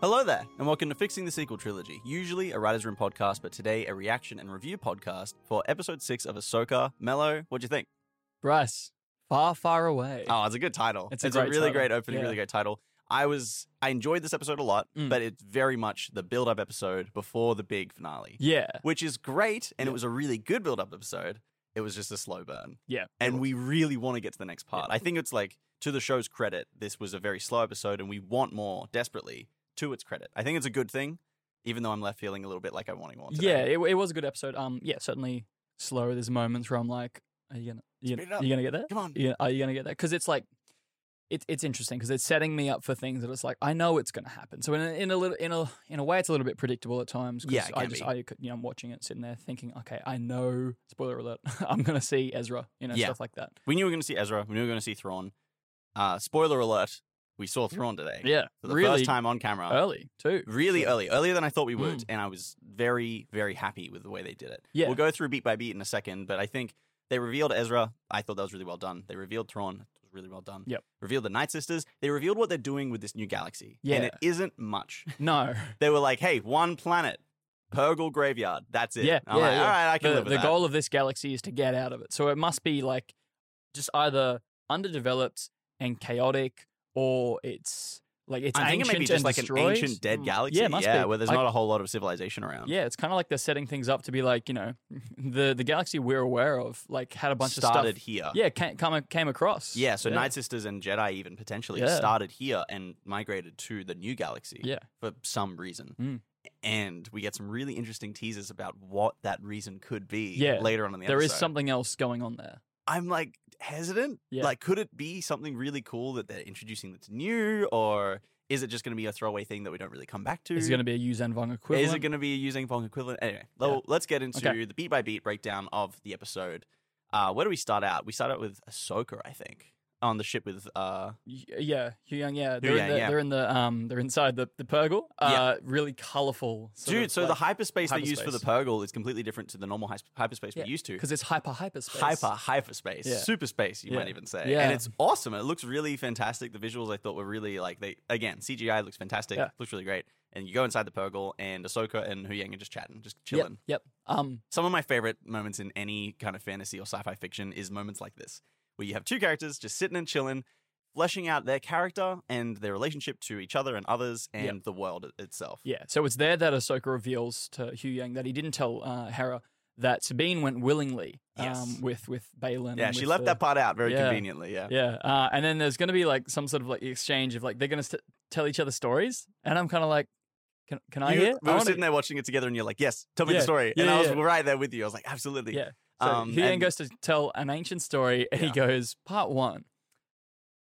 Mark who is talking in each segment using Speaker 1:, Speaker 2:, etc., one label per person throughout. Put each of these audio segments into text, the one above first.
Speaker 1: Hello there, and welcome to Fixing the Sequel Trilogy, usually a writer's room podcast, but today a reaction and review podcast for episode six of Ahsoka. Mello, what'd you think?
Speaker 2: Bryce, far, far away.
Speaker 1: Oh, it's a good title.
Speaker 2: It's a great
Speaker 1: really
Speaker 2: title.
Speaker 1: great opening,
Speaker 2: Yeah.
Speaker 1: really great title. I was I enjoyed this episode a lot,
Speaker 2: Mm.
Speaker 1: but it's very much the build up episode before the big finale,
Speaker 2: Yeah.
Speaker 1: which is great, and it
Speaker 2: Yeah.
Speaker 1: was a really good build up episode. It was just a slow burn,
Speaker 2: Yeah.
Speaker 1: and we really want to get to the next part.
Speaker 2: Yeah.
Speaker 1: I think it's like to the show's credit, this was a very slow episode, and we want more desperately. To its credit, I think it's a good thing, even though I'm left feeling a little bit like I wanting more.
Speaker 2: Yeah,
Speaker 1: Today.
Speaker 2: it, it was a good episode. Um, yeah, certainly slow. There's moments where I'm like, are you gonna, you,
Speaker 1: Speed it up.
Speaker 2: you gonna get there?
Speaker 1: come on,
Speaker 2: Yeah, are you gonna get there? Because it's like, it's it's interesting because it's setting me up for things that it's like I know it's gonna happen. So in a, in a little in a in a way, it's a little bit predictable at times. 'cause
Speaker 1: Yeah, it
Speaker 2: I
Speaker 1: can
Speaker 2: just
Speaker 1: be.
Speaker 2: I could, you know I'm watching it sitting there thinking, okay, I know. Spoiler alert, I'm gonna see Ezra, you know,
Speaker 1: Yeah.
Speaker 2: stuff like that.
Speaker 1: we knew we were going to see Ezra, we knew we were going to see Thrawn. Uh, spoiler alert: we saw Thrawn today.
Speaker 2: Yeah,
Speaker 1: for the
Speaker 2: really
Speaker 1: first time uh, on camera.
Speaker 2: early too.
Speaker 1: Really
Speaker 2: So-
Speaker 1: early, earlier than I thought we would,
Speaker 2: Mm.
Speaker 1: and I was very, very happy with the way they did it.
Speaker 2: Yeah.
Speaker 1: We'll go through beat by beat in a second, but I think they revealed Ezra. I thought that was really well done. They revealed Thrawn. It was really well done.
Speaker 2: Yep.
Speaker 1: Revealed the Night Sisters. They revealed what they're doing with this new galaxy. And
Speaker 2: Yeah.
Speaker 1: it isn't much.
Speaker 2: No,
Speaker 1: They were like, hey, one planet, Purgle Graveyard. That's it.
Speaker 2: Yeah,
Speaker 1: I'm
Speaker 2: yeah,
Speaker 1: like,
Speaker 2: yeah.
Speaker 1: all right, I can
Speaker 2: the,
Speaker 1: live with
Speaker 2: the
Speaker 1: that.
Speaker 2: goal of this galaxy is to get out of it. So it must be like just either underdeveloped and chaotic, or it's like it's
Speaker 1: I think it
Speaker 2: ancient
Speaker 1: may be
Speaker 2: and
Speaker 1: just like an
Speaker 2: destroyed.
Speaker 1: ancient dead
Speaker 2: Mm.
Speaker 1: galaxy.
Speaker 2: Yeah, it must be.
Speaker 1: where there's
Speaker 2: Like-
Speaker 1: not a whole lot of civilization around.
Speaker 2: Yeah, it's kind of like they're setting things up to be like you know the the galaxy we're aware of like had a bunch
Speaker 1: started
Speaker 2: of stuff.
Speaker 1: here.
Speaker 2: Yeah, came came, came across.
Speaker 1: Yeah, so
Speaker 2: yeah.
Speaker 1: Night Sisters and Jedi even potentially
Speaker 2: Yeah.
Speaker 1: started here and migrated to the new galaxy
Speaker 2: Yeah.
Speaker 1: for some reason.
Speaker 2: Mm.
Speaker 1: And we get some really interesting teasers about what that reason could be
Speaker 2: Yeah,
Speaker 1: later on in the
Speaker 2: There
Speaker 1: episode.
Speaker 2: is something else going on there.
Speaker 1: I'm like hesitant.
Speaker 2: Yeah.
Speaker 1: Like, could it be something really cool that they're introducing that's new, or is it just going to be a throwaway thing that we don't really come back to?
Speaker 2: Is it going to be a Yu Zhen Vong equivalent?
Speaker 1: Is it going to be using Vong equivalent? Anyway, lo-
Speaker 2: Yeah.
Speaker 1: let's get into
Speaker 2: Okay.
Speaker 1: the beat by beat breakdown of the episode. Uh, where do we start out? We start out with Ahsoka, I think, on the ship with uh,
Speaker 2: Y- Yeah, Hugh Young. Yeah, they're,
Speaker 1: Yang,
Speaker 2: in the,
Speaker 1: yeah.
Speaker 2: they're in the um, they're inside the the Purgle.
Speaker 1: Yeah.
Speaker 2: Uh, really colorful,
Speaker 1: Dude, so the hyperspace, they use for the
Speaker 2: hyperspace.
Speaker 1: Purgle is completely different to the normal hy- hyperspace
Speaker 2: Yeah,
Speaker 1: we're used to.
Speaker 2: because it's hyper hyperspace.
Speaker 1: Hyper, hyperspace,
Speaker 2: Yeah.
Speaker 1: superspace, you might
Speaker 2: Yeah.
Speaker 1: even say.
Speaker 2: Yeah.
Speaker 1: And it's awesome. It looks really fantastic. The visuals I thought were really like, they again, CGI looks fantastic,
Speaker 2: Yeah.
Speaker 1: looks really great. And you go inside the Purgle, and Ahsoka and Huyang are just chatting, just
Speaker 2: Yep,
Speaker 1: chilling.
Speaker 2: Yep. Um.
Speaker 1: Some of my favorite moments in any kind of fantasy or sci fi fiction is moments like this, where you have two characters just sitting and chilling, fleshing out their character and their relationship to each other and others and
Speaker 2: Yep.
Speaker 1: the world i- itself.
Speaker 2: Yeah. So it's there that Ahsoka reveals to Hugh Yang that he didn't tell uh, Hera that Sabine went willingly.
Speaker 1: Yes.
Speaker 2: Um. With with Balin.
Speaker 1: Yeah,
Speaker 2: and
Speaker 1: she
Speaker 2: with
Speaker 1: left
Speaker 2: the-
Speaker 1: that part out very
Speaker 2: Yeah.
Speaker 1: conveniently. Yeah.
Speaker 2: Yeah. Uh, and then there's going to be like some sort of like exchange of like they're going to st- tell each other stories, and I'm kind of like, can can I
Speaker 1: You- We
Speaker 2: hear? I
Speaker 1: were
Speaker 2: wanna-
Speaker 1: sitting there watching it together, and you're like, "Yes, tell me the
Speaker 2: Yeah,
Speaker 1: story."
Speaker 2: yeah,
Speaker 1: and I was
Speaker 2: yeah.
Speaker 1: right there with you. I was like, "Absolutely."
Speaker 2: Yeah. So
Speaker 1: Um,
Speaker 2: he then
Speaker 1: and-
Speaker 2: goes to tell an ancient story, and
Speaker 1: Yeah.
Speaker 2: he goes, "Part one,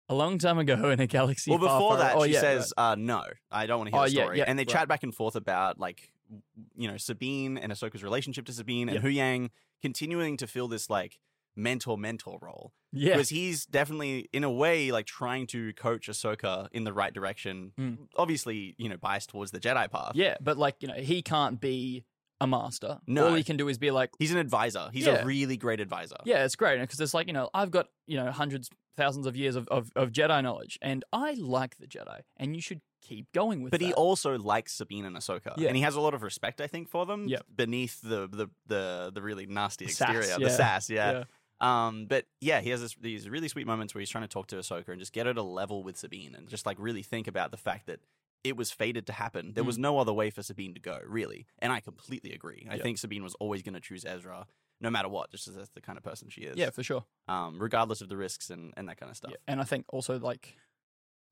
Speaker 2: a long time ago in a galaxy."
Speaker 1: Well,
Speaker 2: far,
Speaker 1: before
Speaker 2: far-
Speaker 1: that,
Speaker 2: oh,
Speaker 1: she
Speaker 2: yeah,
Speaker 1: says, uh, "No, I don't want to hear
Speaker 2: Oh,
Speaker 1: the
Speaker 2: yeah,
Speaker 1: story."
Speaker 2: yeah,
Speaker 1: and they
Speaker 2: right.
Speaker 1: chat back and forth about like, w- you know, Sabine and Ahsoka's relationship to Sabine and
Speaker 2: Yeah.
Speaker 1: Hu Yang continuing to fill this like mentor mentor role
Speaker 2: "Yeah,
Speaker 1: because he's definitely in a way like trying to coach Ahsoka in the right direction.
Speaker 2: Mm.
Speaker 1: Obviously, you know, biased towards the Jedi path.
Speaker 2: yeah," but like you know, he can't be a master.
Speaker 1: No.
Speaker 2: all he can do is be like,
Speaker 1: He's an advisor. He's
Speaker 2: Yeah.
Speaker 1: a really great advisor.
Speaker 2: "Yeah, it's great," because it's like you know, I've got you know hundreds, thousands of years of, of, of Jedi knowledge, and I like the Jedi, and you should keep going with.
Speaker 1: But he
Speaker 2: that."
Speaker 1: also likes Sabine and Ahsoka,
Speaker 2: Yeah.
Speaker 1: and he has a lot of respect, I think, for them.
Speaker 2: Yep.
Speaker 1: Beneath the the the the really nasty
Speaker 2: The sass,
Speaker 1: exterior, the
Speaker 2: yeah.
Speaker 1: sass, yeah.
Speaker 2: yeah,
Speaker 1: Um, but yeah, he has this, these really sweet moments where he's trying to talk to Ahsoka and just get her to level with Sabine, and just like really think about the fact that it was fated to happen. There
Speaker 2: Mm.
Speaker 1: was no other way for Sabine to go, really. And I completely agree. I
Speaker 2: Yeah.
Speaker 1: think Sabine was always going to choose Ezra, no matter what, just as that's the kind of person she is.
Speaker 2: yeah, for sure.
Speaker 1: Um, regardless of the risks and and that kind of stuff.
Speaker 2: Yeah, And I think also like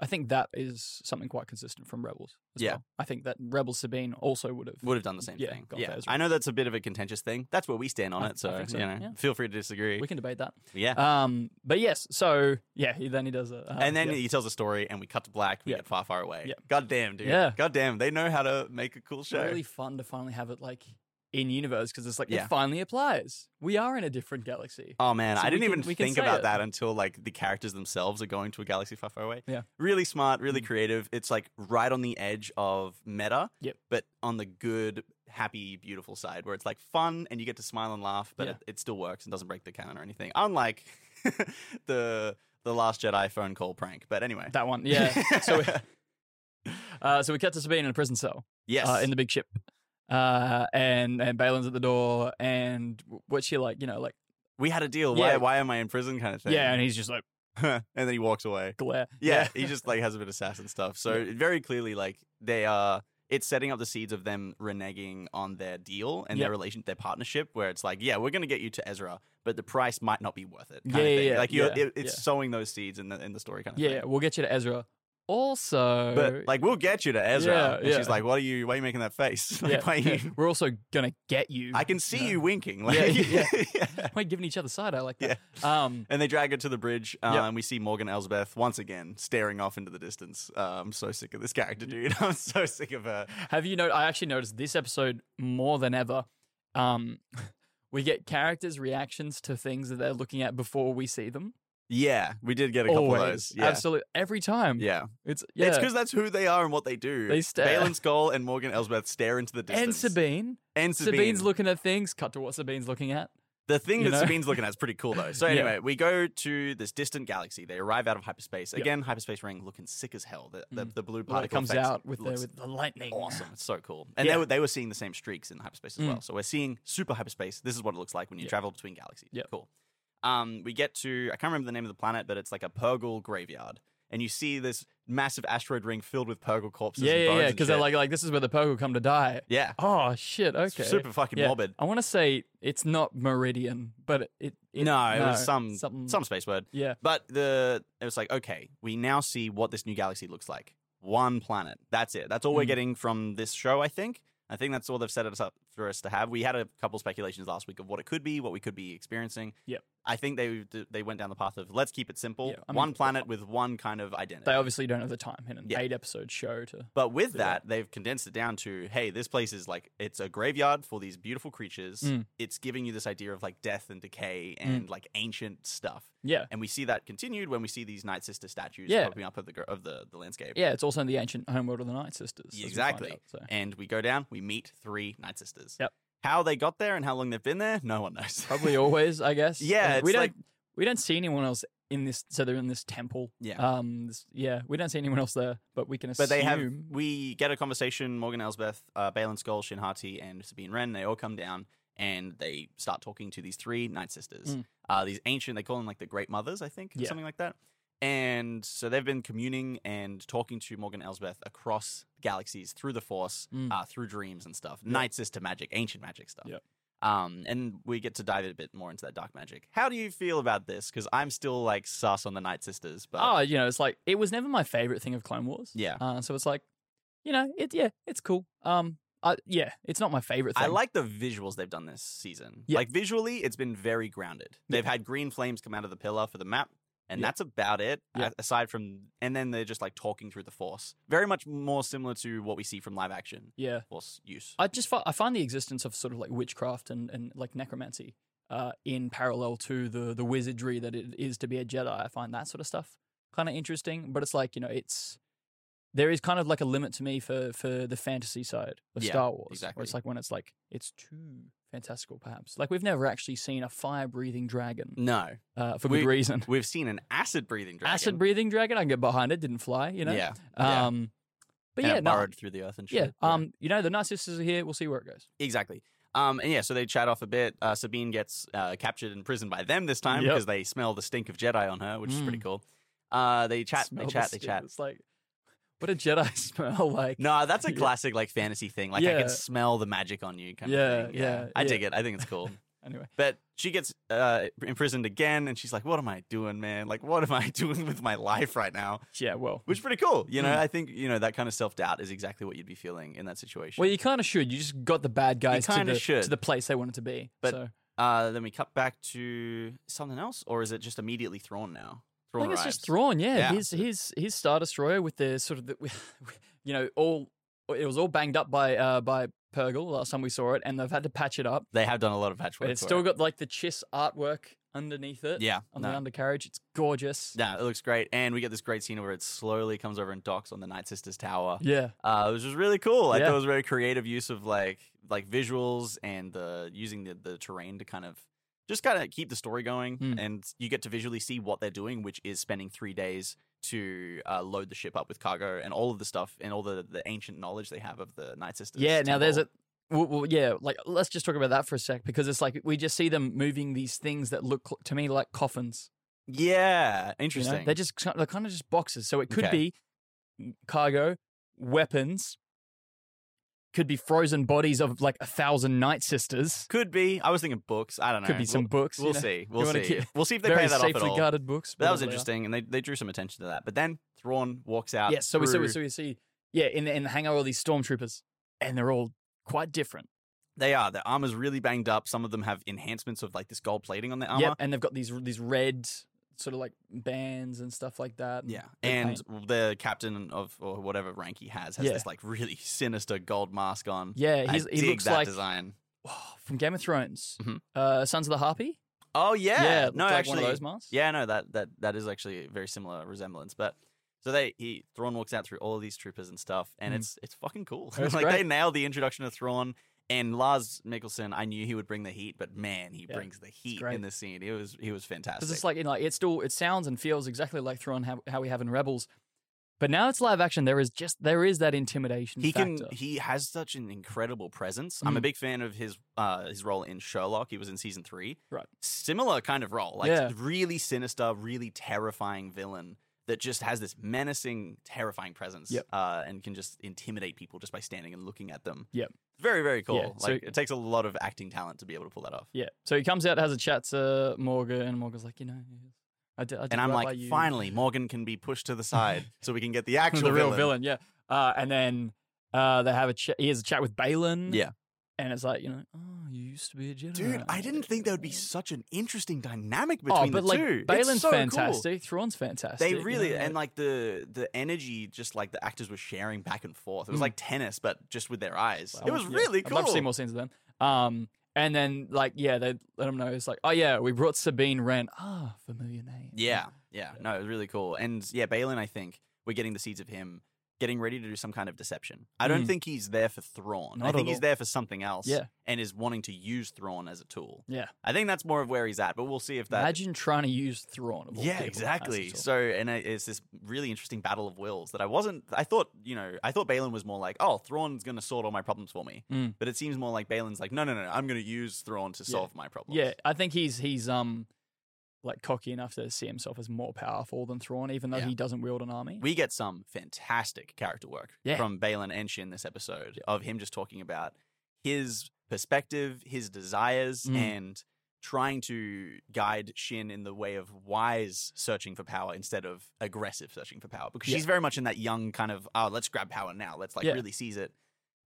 Speaker 2: I think that is something quite consistent from Rebels. As
Speaker 1: Yeah.
Speaker 2: Well. I think that Rebel Sabine also would have.
Speaker 1: Would have done the same
Speaker 2: Yeah,
Speaker 1: thing.
Speaker 2: gone for
Speaker 1: Yeah,
Speaker 2: Ezra.
Speaker 1: I know that's a bit of a contentious thing. That's where we stand on
Speaker 2: I-
Speaker 1: it. So,
Speaker 2: I think so,
Speaker 1: you know,
Speaker 2: yeah.
Speaker 1: feel free to disagree.
Speaker 2: We can debate that.
Speaker 1: yeah.
Speaker 2: Um, but yes, so yeah, he, then he does a uh,
Speaker 1: and then
Speaker 2: yeah.
Speaker 1: he tells a story, and we cut to black. We
Speaker 2: Yeah.
Speaker 1: get far, far away.
Speaker 2: Yeah.
Speaker 1: God damn, dude.
Speaker 2: Yeah.
Speaker 1: God damn, they know how to make a cool show.
Speaker 2: really fun to finally have it like in universe because it's like
Speaker 1: Yeah.
Speaker 2: it finally applies. We are in a different galaxy.
Speaker 1: Oh man,
Speaker 2: So
Speaker 1: I
Speaker 2: we
Speaker 1: didn't
Speaker 2: can-
Speaker 1: even
Speaker 2: we can
Speaker 1: think
Speaker 2: say
Speaker 1: about
Speaker 2: it.
Speaker 1: that until like the characters themselves are going to a galaxy far, far away.
Speaker 2: Yeah.
Speaker 1: Really smart, really
Speaker 2: Mm.
Speaker 1: creative. It's like right on the edge of meta.
Speaker 2: Yep.
Speaker 1: But on the good, happy, beautiful side where it's like fun and you get to smile and laugh, but
Speaker 2: Yeah.
Speaker 1: it, it still works and doesn't break the canon or anything. Unlike the the last Jedi phone call prank. But anyway.
Speaker 2: That one, yeah. so Uh, so we cut to Sabine in a prison cell
Speaker 1: Yes.
Speaker 2: uh, in the big ship, uh, and and Balin's at the door, and what's she like? You know, like
Speaker 1: we had a deal.
Speaker 2: Yeah.
Speaker 1: Why, why am I in prison kind of thing?
Speaker 2: yeah, and he's just like
Speaker 1: and then he walks away.
Speaker 2: glare.
Speaker 1: Yeah, he just like has a bit of sass and stuff. So very clearly, like they are, it's setting up the seeds of them reneging on their deal and
Speaker 2: Yep.
Speaker 1: their relation, their partnership, where it's like, yeah, we're gonna get you to Ezra, but the price might not be worth it. Kind
Speaker 2: Yeah,
Speaker 1: of
Speaker 2: yeah,
Speaker 1: thing.
Speaker 2: yeah,
Speaker 1: like you're,
Speaker 2: yeah,
Speaker 1: it, it's
Speaker 2: yeah.
Speaker 1: sowing those seeds in the in the story kind of
Speaker 2: yeah,
Speaker 1: thing.
Speaker 2: yeah, we'll get you to Ezra. Also,
Speaker 1: But like, we'll get you to Ezra.
Speaker 2: Yeah,
Speaker 1: and
Speaker 2: yeah.
Speaker 1: she's like, "What are you? Why are you making that face? Like,
Speaker 2: yeah,
Speaker 1: why are
Speaker 2: yeah.
Speaker 1: you?
Speaker 2: we're also gonna get you.
Speaker 1: I can see
Speaker 2: know.
Speaker 1: you winking. Like,
Speaker 2: Yeah, yeah.
Speaker 1: yeah.
Speaker 2: We're giving each other side eye like that. Um,
Speaker 1: And they drag her to the bridge, uh,
Speaker 2: Yep.
Speaker 1: and we see Morgan Elsbeth once again staring off into the distance. Uh, I'm so sick of this character, dude. I'm so sick of her.
Speaker 2: have you know? I actually noticed this episode more than ever. Um, we get characters' reactions to things that they're looking at before we see them.
Speaker 1: Yeah, we did get a couple of those. Yeah.
Speaker 2: Absolutely. Every time.
Speaker 1: Yeah.
Speaker 2: It's yeah.
Speaker 1: It's because that's who they are and what they do.
Speaker 2: They stare.
Speaker 1: Balin Skull and Morgan Elsbeth stare into the distance.
Speaker 2: and Sabine.
Speaker 1: And Sabine.
Speaker 2: Sabine's looking at things. Cut to what Sabine's looking at.
Speaker 1: The thing
Speaker 2: You
Speaker 1: that
Speaker 2: know?
Speaker 1: Sabine's looking at is pretty cool though. So
Speaker 2: Yeah.
Speaker 1: anyway, we go to this distant galaxy. They arrive out of hyperspace.
Speaker 2: Yep.
Speaker 1: Again, hyperspace ring looking sick as hell. The, the,
Speaker 2: Mm.
Speaker 1: the blue
Speaker 2: Well,
Speaker 1: particle
Speaker 2: it comes
Speaker 1: effects
Speaker 2: out with the,
Speaker 1: looks
Speaker 2: with the lightning.
Speaker 1: awesome. It's so cool. And
Speaker 2: Yeah.
Speaker 1: they, were, they were seeing the same streaks in hyperspace as
Speaker 2: Mm.
Speaker 1: well. So we're seeing super hyperspace. This is what it looks like when you
Speaker 2: Yeah.
Speaker 1: travel between galaxies.
Speaker 2: Yeah.
Speaker 1: Cool. Um, we get to, I can't remember the name of the planet, but it's like a Purgle graveyard. And you see this massive asteroid ring filled with Purgle corpses.
Speaker 2: Yeah,
Speaker 1: and
Speaker 2: yeah,
Speaker 1: bones
Speaker 2: yeah.
Speaker 1: and
Speaker 2: Because they're
Speaker 1: shit.
Speaker 2: like, like this is where the Pogo come to die.
Speaker 1: yeah.
Speaker 2: Oh shit.
Speaker 1: It's
Speaker 2: Okay.
Speaker 1: Super fucking
Speaker 2: Yeah.
Speaker 1: morbid.
Speaker 2: I want to say it's not Meridian, but it. it, it-
Speaker 1: no, it was some,
Speaker 2: something-
Speaker 1: some space word.
Speaker 2: Yeah.
Speaker 1: But the it was like, okay, we now see what this new galaxy looks like. One planet. That's it. That's all we're
Speaker 2: Mm.
Speaker 1: getting from this show, I think. I think that's all they've set us up for us to have. We had a couple speculations last week of what it could be, what we could be experiencing.
Speaker 2: Yep.
Speaker 1: I think they they went down the path of let's keep it simple.
Speaker 2: Yeah, I mean,
Speaker 1: one planet with one kind of identity.
Speaker 2: They obviously don't have the time in an
Speaker 1: Yeah.
Speaker 2: eight episode show to.
Speaker 1: But with
Speaker 2: Yeah.
Speaker 1: that, they've condensed it down to hey, this place is like it's a graveyard for these beautiful creatures.
Speaker 2: Mm.
Speaker 1: It's giving you this idea of like death and decay
Speaker 2: Hmm.
Speaker 1: and like ancient stuff.
Speaker 2: Yeah.
Speaker 1: And we see that continued when we see these Night Sister statues
Speaker 2: Yeah.
Speaker 1: popping up of the gr- of the, the landscape.
Speaker 2: Yeah. It's also in the ancient homeworld of the Night Sisters. as we find
Speaker 1: Exactly.
Speaker 2: out, so.
Speaker 1: And we go down, we meet three Night Sisters.
Speaker 2: Yep.
Speaker 1: How they got there and how long they've been there, no one knows.
Speaker 2: Probably always, I guess.
Speaker 1: Yeah,
Speaker 2: Like,
Speaker 1: it's
Speaker 2: we don't.
Speaker 1: like-
Speaker 2: we don't see anyone else in this. So they're in this temple.
Speaker 1: yeah.
Speaker 2: Um, this- yeah, we don't see anyone else there, but we can assume.
Speaker 1: but they have we get a conversation. Morgan Elsbeth, uh, Balin Skull, Shin Hati, and Sabine Wren. They all come down and they start talking to these three Night Sisters.
Speaker 2: Mm.
Speaker 1: Uh, these ancient, they call them like the Great Mothers, I think, or
Speaker 2: Yeah.
Speaker 1: something like that. And so they've been communing and talking to Morgan Elsbeth across galaxies through the Force,
Speaker 2: Mm.
Speaker 1: uh, through dreams and stuff. Night Sister magic, ancient magic stuff.
Speaker 2: Yep.
Speaker 1: Um, and we get to dive a bit more into that dark magic. How do you feel about this? Because I'm still like sus on the Night Sisters, but
Speaker 2: Oh, you know, it's like it was never my favorite thing of Clone Wars.
Speaker 1: yeah.
Speaker 2: Uh, so it's like, you know, it yeah, it's cool. Um, I, yeah, it's not my favorite thing.
Speaker 1: I like the visuals they've done this season.
Speaker 2: Yeah.
Speaker 1: Like visually, it's been very grounded.
Speaker 2: Yeah.
Speaker 1: They've had green flames come out of the pillar for the map, and
Speaker 2: Yeah.
Speaker 1: that's about it.
Speaker 2: Yeah.
Speaker 1: a- Aside from, and then they're just like talking through the force. Very much more similar to what we see from live action
Speaker 2: Yeah,
Speaker 1: force use.
Speaker 2: I just fi- I find the existence of sort of like witchcraft and and like necromancy. Uh, in parallel to the the wizardry that it is to be a Jedi, I find that sort of stuff kind of interesting. But it's like you know, it's there is kind of like a limit to me for for the fantasy side of
Speaker 1: Yeah,
Speaker 2: Star Wars. Where
Speaker 1: exactly.
Speaker 2: it's like when it's like it's too fantastical, perhaps. Like we've never actually seen a fire breathing dragon
Speaker 1: No,
Speaker 2: uh, for
Speaker 1: Mm, We-
Speaker 2: good reason.
Speaker 1: we've seen an acid breathing dragon.
Speaker 2: Acid breathing dragon, I can get behind it. Didn't fly, you know.
Speaker 1: yeah, yeah.
Speaker 2: Um, but
Speaker 1: Kinda
Speaker 2: yeah, no,
Speaker 1: burrowed through the earth and
Speaker 2: yeah.
Speaker 1: shit.
Speaker 2: Um, you know, the narcissists are here. We'll see where it goes.
Speaker 1: Exactly. Um, and yeah, so they chat off a bit. Uh, Sabine gets uh, captured in prison by them this time
Speaker 2: Yep.
Speaker 1: because they smell the stink of Jedi on her, which is pretty
Speaker 2: Mm.
Speaker 1: cool. Uh, they chat,
Speaker 2: Smell
Speaker 1: they
Speaker 2: the
Speaker 1: chat, they
Speaker 2: steam.
Speaker 1: chat.
Speaker 2: It's like, what a Jedi smell like.
Speaker 1: No, that's a
Speaker 2: Yeah.
Speaker 1: classic like fantasy thing. Like I
Speaker 2: Yeah.
Speaker 1: can smell the magic on you kind
Speaker 2: Yeah,
Speaker 1: of thing.
Speaker 2: yeah,
Speaker 1: I
Speaker 2: yeah.
Speaker 1: dig it. I think it's cool.
Speaker 2: Anyway,
Speaker 1: But she gets uh, imprisoned again, and she's like, "What am I doing, man? Like, what am I doing with my life right now?"
Speaker 2: yeah. Well,
Speaker 1: Which is pretty cool, you know.
Speaker 2: Mm.
Speaker 1: I think you know that kind of self doubt is exactly what you'd be feeling in that situation.
Speaker 2: well, you kind of should. You just got the bad guys to
Speaker 1: kinda
Speaker 2: the,
Speaker 1: should.
Speaker 2: to the place they wanted to be.
Speaker 1: But
Speaker 2: so
Speaker 1: uh, then we cut back to something else, or is it just immediately Thrawn now?
Speaker 2: I
Speaker 1: Thrawn
Speaker 2: think it's
Speaker 1: arrives.
Speaker 2: just Thrawn. Yeah,
Speaker 1: Yeah.
Speaker 2: his his his Star Destroyer with the sort of the, you know, all it was all banged up by uh by Purgle last time we saw it, and they've had to patch it up.
Speaker 1: They have done a lot of patchwork.
Speaker 2: But it's
Speaker 1: for
Speaker 2: still
Speaker 1: it.
Speaker 2: got like the Chiss artwork underneath it.
Speaker 1: yeah.
Speaker 2: on
Speaker 1: no.
Speaker 2: the undercarriage. It's gorgeous.
Speaker 1: Yeah, it looks great, and we get this great scene where it slowly comes over and docks on the Night Sisters Tower.
Speaker 2: Yeah,
Speaker 1: uh, which was really cool. I
Speaker 2: Yeah.
Speaker 1: thought it was uh, very creative use of like like visuals and the using the, the terrain to kind of just kind of keep the story going,
Speaker 2: Mm.
Speaker 1: and you get to visually see what they're doing, which is spending three days to uh, load the ship up with cargo and all of the stuff and all the, the ancient knowledge they have of the Night Sisters.
Speaker 2: Yeah, now there's a
Speaker 1: temple.
Speaker 2: well, well, yeah, like let's just talk about that for a sec because it's like we just see them moving these things that look cl- to me like coffins.
Speaker 1: yeah,
Speaker 2: you know?
Speaker 1: interesting.
Speaker 2: They're just ki- they're kind of just boxes. So it could
Speaker 1: Okay.
Speaker 2: be cargo, weapons, could be frozen bodies of like a thousand night sisters.
Speaker 1: could be. I was thinking books. I don't know.
Speaker 2: Could be
Speaker 1: We'll,
Speaker 2: some books. you
Speaker 1: we'll
Speaker 2: know,
Speaker 1: see. We'll
Speaker 2: wanna
Speaker 1: see.
Speaker 2: keep-
Speaker 1: We'll see if they
Speaker 2: very
Speaker 1: pay that off
Speaker 2: safely
Speaker 1: at all.
Speaker 2: guarded books.
Speaker 1: But that was
Speaker 2: whatever they are.
Speaker 1: interesting, and they, they drew some attention to that. But then Thrawn walks out.
Speaker 2: Yes. So we, so, we,
Speaker 1: through-
Speaker 2: so we see, yeah, in the, in the hangar, all these stormtroopers, and they're all quite different.
Speaker 1: They are. Their armor's really banged up. Some of them have enhancements of like this gold plating on their armor.
Speaker 2: Yep, and they've got these these red sort of like bands and stuff like that.
Speaker 1: Yeah.
Speaker 2: Big
Speaker 1: And the captain of or whatever rank he has has
Speaker 2: Yeah.
Speaker 1: this like really sinister gold mask on.
Speaker 2: yeah, he's,
Speaker 1: I
Speaker 2: he
Speaker 1: dig
Speaker 2: looks
Speaker 1: that
Speaker 2: like
Speaker 1: design.
Speaker 2: Oh, from Game of Thrones,
Speaker 1: Mhm.
Speaker 2: uh, Sons of the Harpy.
Speaker 1: Oh yeah.
Speaker 2: yeah it
Speaker 1: no,
Speaker 2: looked like
Speaker 1: actually.
Speaker 2: one of those masks.
Speaker 1: yeah, no, that that that is actually a very similar resemblance. But so they he Thrawn walks out through all of these troopers and stuff, and
Speaker 2: Mm.
Speaker 1: it's it's fucking cool.
Speaker 2: That's
Speaker 1: like
Speaker 2: great.
Speaker 1: they nailed the introduction of Thrawn and Lars Mikkelsen. I knew he would bring the heat, but man, he
Speaker 2: Yeah,
Speaker 1: brings the heat
Speaker 2: great.
Speaker 1: in this scene. It was he was fantastic.
Speaker 2: because it's like you know, like, it still it sounds and feels exactly like Thrawn how, how we have in Rebels, but now it's live action. There is just there is that intimidation.
Speaker 1: he can
Speaker 2: factor.
Speaker 1: he has such an incredible presence. I'm a
Speaker 2: Mm.
Speaker 1: big fan of his uh his role in Sherlock. He was in season three.
Speaker 2: Right.
Speaker 1: Similar kind of role. Like
Speaker 2: Yeah.
Speaker 1: really sinister, really terrifying villain that just has this menacing, terrifying presence.
Speaker 2: Yep.
Speaker 1: Uh and can just intimidate people just by standing and looking at them.
Speaker 2: Yep.
Speaker 1: Very, very cool.
Speaker 2: Yeah, so-
Speaker 1: like it takes a lot of acting talent to be able to pull that off.
Speaker 2: yeah. So he comes out, has a chat to Morgan, and Morgan's like, you know, I did, I did
Speaker 1: And I'm
Speaker 2: right by
Speaker 1: like,
Speaker 2: you.
Speaker 1: finally, Morgan can be pushed to the side so we can get the actual
Speaker 2: the real villain. yeah. Uh, and then uh, they have a ch- he has a chat with Balin.
Speaker 1: Yeah.
Speaker 2: and it's like you know, oh, you used to be a Jedi,
Speaker 1: Dude, I didn't think there would be such an interesting dynamic between
Speaker 2: oh, but
Speaker 1: the
Speaker 2: like
Speaker 1: two. It's
Speaker 2: Balin's
Speaker 1: so cool.
Speaker 2: fantastic, Thrawn's fantastic.
Speaker 1: They
Speaker 2: you
Speaker 1: really
Speaker 2: know,
Speaker 1: and like the the energy, just like the actors were sharing back and forth. It was
Speaker 2: Mm.
Speaker 1: like tennis, but just with their eyes.
Speaker 2: I
Speaker 1: it was
Speaker 2: want- yeah,
Speaker 1: really cool.
Speaker 2: I'd love to see more scenes of them. Um, and then like yeah, they let them know it's like oh yeah, we brought Sabine Wren. Ah, familiar name.
Speaker 1: Yeah, yeah, no, it was really cool. And yeah, Balin, I think we're getting the seeds of him getting ready to do some kind of deception. I don't
Speaker 2: Mm.
Speaker 1: think he's there for Thrawn.
Speaker 2: Not
Speaker 1: I
Speaker 2: at
Speaker 1: think
Speaker 2: all.
Speaker 1: he's there for something else.
Speaker 2: Yeah.
Speaker 1: and is wanting to use Thrawn as a tool.
Speaker 2: Yeah.
Speaker 1: I think that's more of where he's at. But we'll see if that
Speaker 2: Imagine trying to use Thrawn. Of all
Speaker 1: yeah
Speaker 2: people as a
Speaker 1: exactly
Speaker 2: tool.
Speaker 1: so and it- it's this really interesting battle of wills that i wasn't i thought you know i thought balin was more like oh thrawn's gonna sort all my problems for me
Speaker 2: Mm.
Speaker 1: but it seems more like balin's like no no no i'm gonna use thrawn to
Speaker 2: Yeah.
Speaker 1: solve my problems
Speaker 2: yeah, I think he's he's um like cocky enough to see himself as more powerful than Thrawn, even though
Speaker 1: Yeah.
Speaker 2: he doesn't wield an army.
Speaker 1: we get some fantastic character work
Speaker 2: Yeah.
Speaker 1: from balin and shin this episode of him just talking about his perspective his desires
Speaker 2: Mm.
Speaker 1: and trying to guide shin in the way of wise searching for power instead of aggressive searching for power because
Speaker 2: Yeah.
Speaker 1: she's very much in that young kind of oh let's grab power now let's like
Speaker 2: Yeah.
Speaker 1: really seize it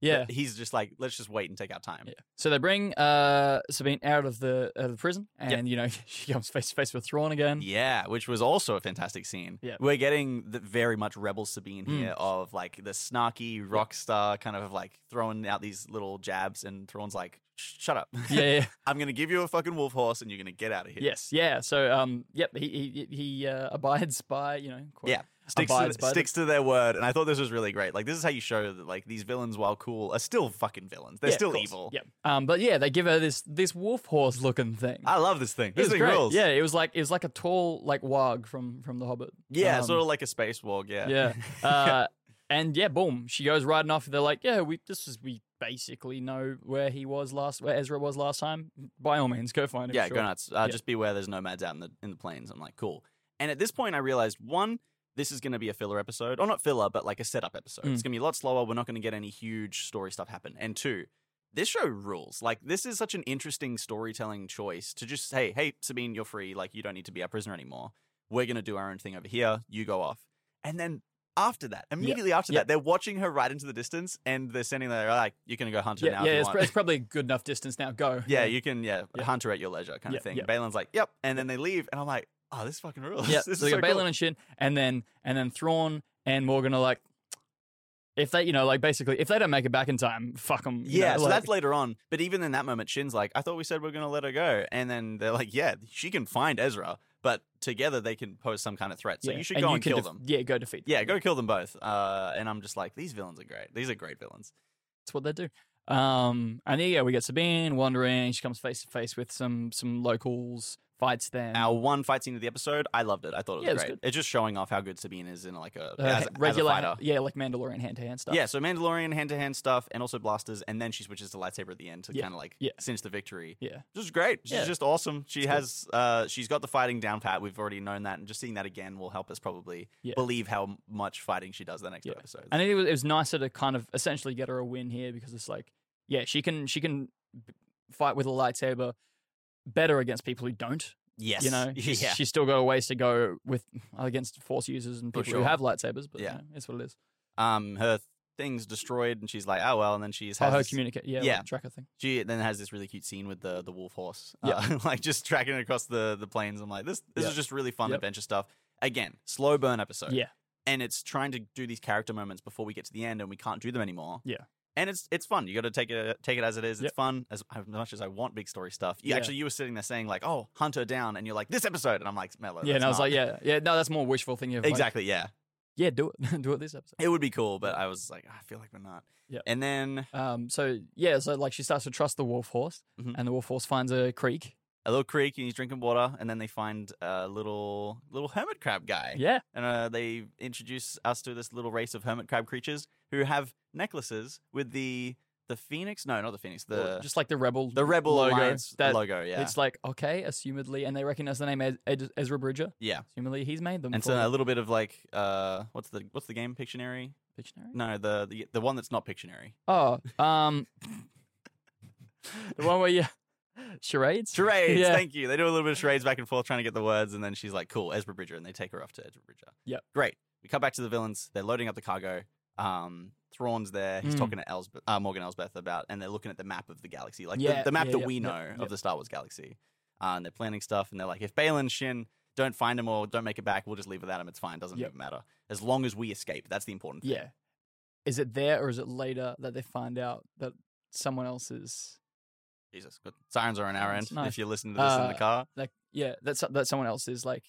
Speaker 2: yeah.
Speaker 1: But he's just like, let's just wait and take our time.
Speaker 2: Yeah. So they bring uh, Sabine out of the out of the prison, and you know she comes face to face with Thrawn again.
Speaker 1: Yeah, which was also a fantastic scene.
Speaker 2: Yeah.
Speaker 1: We're getting the very much Rebel Sabine
Speaker 2: Mm.
Speaker 1: here of like the snarky rock star kind of like throwing out these little jabs, and Thrawn's like, "Sh- shut up.
Speaker 2: Yeah, yeah,
Speaker 1: I'm going to give you a fucking wolf horse and you're going to get out of here.
Speaker 2: yes, yeah. So, um, yep, he he, he uh, abides by you know. Quote,
Speaker 1: Yeah. Sticks, to,
Speaker 2: abides by the-
Speaker 1: sticks to their word. And I thought this was really great. Like, this is how you show that like these villains, while cool, are still fucking villains. They're
Speaker 2: Yeah, of
Speaker 1: still
Speaker 2: course.
Speaker 1: evil.
Speaker 2: Yep. Um, but yeah, they give her this this wolf horse looking thing.
Speaker 1: I love this thing.
Speaker 2: It
Speaker 1: This
Speaker 2: was
Speaker 1: thing
Speaker 2: great.
Speaker 1: rules.
Speaker 2: Yeah, it was like it was like a tall like wog from from The Hobbit.
Speaker 1: Yeah,
Speaker 2: Um,
Speaker 1: sort of like a space walk. Yeah.
Speaker 2: yeah. Uh, and yeah, boom, she goes riding off. They're like, yeah, we this is we basically know where he was last, where Ezra was last time. By all means, go find him.
Speaker 1: Yeah,
Speaker 2: sure.
Speaker 1: go nuts. Uh,
Speaker 2: Yeah.
Speaker 1: Just beware, there's nomads out in the in the plains. I'm like, cool. And at this point, I realized one, this is going to be a filler episode, or not filler, but like a setup episode. It's
Speaker 2: Mm.
Speaker 1: going to be a lot slower. We're not going to get any huge story stuff happen. And two, this show rules. Like, this is such an interesting storytelling choice to just say, hey, Sabine, you're free. Like, you don't need to be our prisoner anymore. We're going to do our own thing over here. You go off. And then after that, immediately after
Speaker 2: Yeah.
Speaker 1: that, they're watching her right into the distance and they're sending her like, you can go hunt her
Speaker 2: Yeah,
Speaker 1: now.
Speaker 2: yeah,
Speaker 1: if you
Speaker 2: it's,
Speaker 1: want.
Speaker 2: pr- it's probably a good enough distance now. Go.
Speaker 1: Yeah, you can, yeah,
Speaker 2: Yeah.
Speaker 1: hunt her at your leisure kind
Speaker 2: Yeah,
Speaker 1: of thing.
Speaker 2: yeah.
Speaker 1: Balin's like, yep. And then they leave. And I'm like, oh, this fucking rules.
Speaker 2: Yeah,
Speaker 1: this is
Speaker 2: so you
Speaker 1: so
Speaker 2: got Balin
Speaker 1: cool.
Speaker 2: and Shin, and then and then Thrawn and Morgan are like, if they, you know, like basically, if they don't make it back in time, fuck them.
Speaker 1: Yeah, so that's later on. But even in that moment, Shin's like, I thought we said we are going to let her go. And then they're like, yeah, she can find Ezra, but together they can pose some kind of threat. So you should go and,
Speaker 2: can
Speaker 1: kill
Speaker 2: def-
Speaker 1: them.
Speaker 2: Yeah, go defeat. them.
Speaker 1: Yeah, go kill them both. Uh, and I'm just like, these villains are great. These are great villains.
Speaker 2: That's what they do. Um, and yeah, we get Sabine wandering. She comes face to face with some some locals, fights them.
Speaker 1: Our one fight scene of the episode, I loved it. I thought it was
Speaker 2: Yeah, it was
Speaker 1: great.
Speaker 2: good.
Speaker 1: It's just showing off how good Sabine is in like a
Speaker 2: Uh,
Speaker 1: as, as
Speaker 2: regular,
Speaker 1: a fighter.
Speaker 2: yeah, like Mandalorian hand to hand stuff.
Speaker 1: Yeah, so Mandalorian hand to hand stuff and also blasters, and then she switches to lightsaber at the end to
Speaker 2: Yeah,
Speaker 1: kind of like
Speaker 2: yeah.
Speaker 1: cinch the victory.
Speaker 2: yeah.
Speaker 1: This is great. She's
Speaker 2: Yeah.
Speaker 1: just awesome. She
Speaker 2: It's good.
Speaker 1: has uh she's got the fighting down pat. We've already known that, and just seeing that again will help us probably
Speaker 2: Yeah.
Speaker 1: believe how m- much fighting she does the next
Speaker 2: Yeah.
Speaker 1: episode.
Speaker 2: And it was it was nicer to kind of essentially get her a win here because it's like, yeah, she can she can b- fight with a lightsaber better against people who don't.
Speaker 1: yes,
Speaker 2: You know, she's,
Speaker 1: yeah,
Speaker 2: she's still got a ways to go with against force users and
Speaker 1: For
Speaker 2: people who
Speaker 1: sure.
Speaker 2: have lightsabers. But
Speaker 1: Yeah.
Speaker 2: yeah, it's what it is.
Speaker 1: um, her thing's destroyed, and she's like, oh well, and then she's
Speaker 2: Oh,
Speaker 1: has
Speaker 2: her
Speaker 1: this-
Speaker 2: communicate, yeah,
Speaker 1: yeah.
Speaker 2: like tracker thing.
Speaker 1: she then has this really cute scene with the the wolf horse, uh, like just tracking it across the the plains. I'm like, this this
Speaker 2: Yeah.
Speaker 1: is just really fun
Speaker 2: Yep.
Speaker 1: adventure stuff. Again, slow burn episode.
Speaker 2: Yeah.
Speaker 1: and it's trying to do these character moments before we get to the end, and we can't do them anymore.
Speaker 2: Yeah.
Speaker 1: and it's it's fun. You got to take it uh, take it as it is. It's
Speaker 2: Yep.
Speaker 1: fun as, as much as I want big story stuff. You,
Speaker 2: Yeah.
Speaker 1: Actually, you were sitting there saying like, "Oh, hunt her down," and you're like, "This episode," and I'm like, "Mellow."
Speaker 2: yeah,
Speaker 1: oh, that's
Speaker 2: and I was
Speaker 1: not-
Speaker 2: like, yeah, yeah, no, that's more wishful thinking. Of like,
Speaker 1: exactly, yeah."
Speaker 2: yeah, do it, do it this episode.
Speaker 1: It would be cool, but I was like, I feel like we're not.
Speaker 2: Yep.
Speaker 1: and then
Speaker 2: Um, so yeah, so like she starts to trust the wolf horse,
Speaker 1: Mhm.
Speaker 2: and the wolf horse finds a creek.
Speaker 1: a little creek, and he's drinking water, and then they find a little little hermit crab guy.
Speaker 2: Yeah,
Speaker 1: and uh, they introduce us to this little race of hermit crab creatures who have necklaces with the the phoenix. No, not the phoenix. The
Speaker 2: or just like the rebel,
Speaker 1: the rebel
Speaker 2: logo
Speaker 1: alliance
Speaker 2: that-
Speaker 1: logo. Yeah,
Speaker 2: It's like okay, assumedly, and they recognize the name Ez- Ez- Ezra Bridger.
Speaker 1: yeah.
Speaker 2: Assumedly, he's made them.
Speaker 1: And
Speaker 2: for
Speaker 1: so a little bit of like uh, what's the what's the game? Pictionary?
Speaker 2: Pictionary?
Speaker 1: No, the the, the one that's not Pictionary.
Speaker 2: Oh, um, the one where you charades.
Speaker 1: Charades.
Speaker 2: Yeah.
Speaker 1: Thank you. They do a little bit of charades back and forth, trying to get the words, and then she's like, "Cool, Ezra Bridger," and they take her off to Ezra Bridger.
Speaker 2: Yep.
Speaker 1: Great. We cut back to the villains. They're loading up the cargo. Um, Thrawn's there. He's
Speaker 2: Mm.
Speaker 1: talking to Elsbeth, uh, Morgan Elsbeth about, and they're looking at the map of the galaxy, like
Speaker 2: Yeah,
Speaker 1: the, the map
Speaker 2: yeah,
Speaker 1: that
Speaker 2: yeah,
Speaker 1: we
Speaker 2: yeah,
Speaker 1: know
Speaker 2: yeah.
Speaker 1: of the Star Wars galaxy. Uh, and they're planning stuff, and they're like, "If Balin Shin don't find him or don't make it back, we'll just leave without him. It's fine. Doesn't
Speaker 2: Yep.
Speaker 1: even matter as long as we escape. That's the important thing."
Speaker 2: Yeah, is it there or is it later that they find out that someone else is
Speaker 1: Jesus. Good. Sirens are on our end.
Speaker 2: That's nice.
Speaker 1: If you're listening to this in the
Speaker 2: Uh,
Speaker 1: car,
Speaker 2: like yeah that's that someone else is like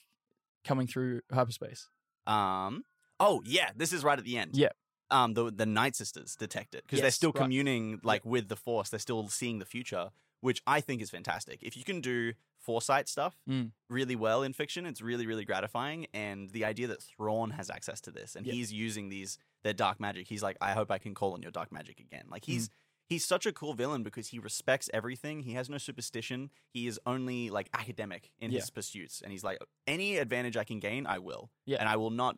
Speaker 2: coming through hyperspace
Speaker 1: Um. Oh yeah, this is right at the end.
Speaker 2: Yeah.
Speaker 1: Um. The the Night Sisters detect it because they're
Speaker 2: Yes,
Speaker 1: still
Speaker 2: right.
Speaker 1: communing like with the Force. They're still seeing the future, which I think is fantastic. If you can do foresight stuff
Speaker 2: Mm.
Speaker 1: really well in fiction, it's really really gratifying. And the idea that Thrawn has access to this and
Speaker 2: Yeah.
Speaker 1: he's using these their dark magic. He's like, I hope I can call on your dark magic again. Like he's. He's such a cool villain because he respects everything. He has no superstition. He is only like academic in
Speaker 2: Yeah.
Speaker 1: his pursuits, and he's like, any advantage I can gain, I will.
Speaker 2: Yeah.
Speaker 1: and I will not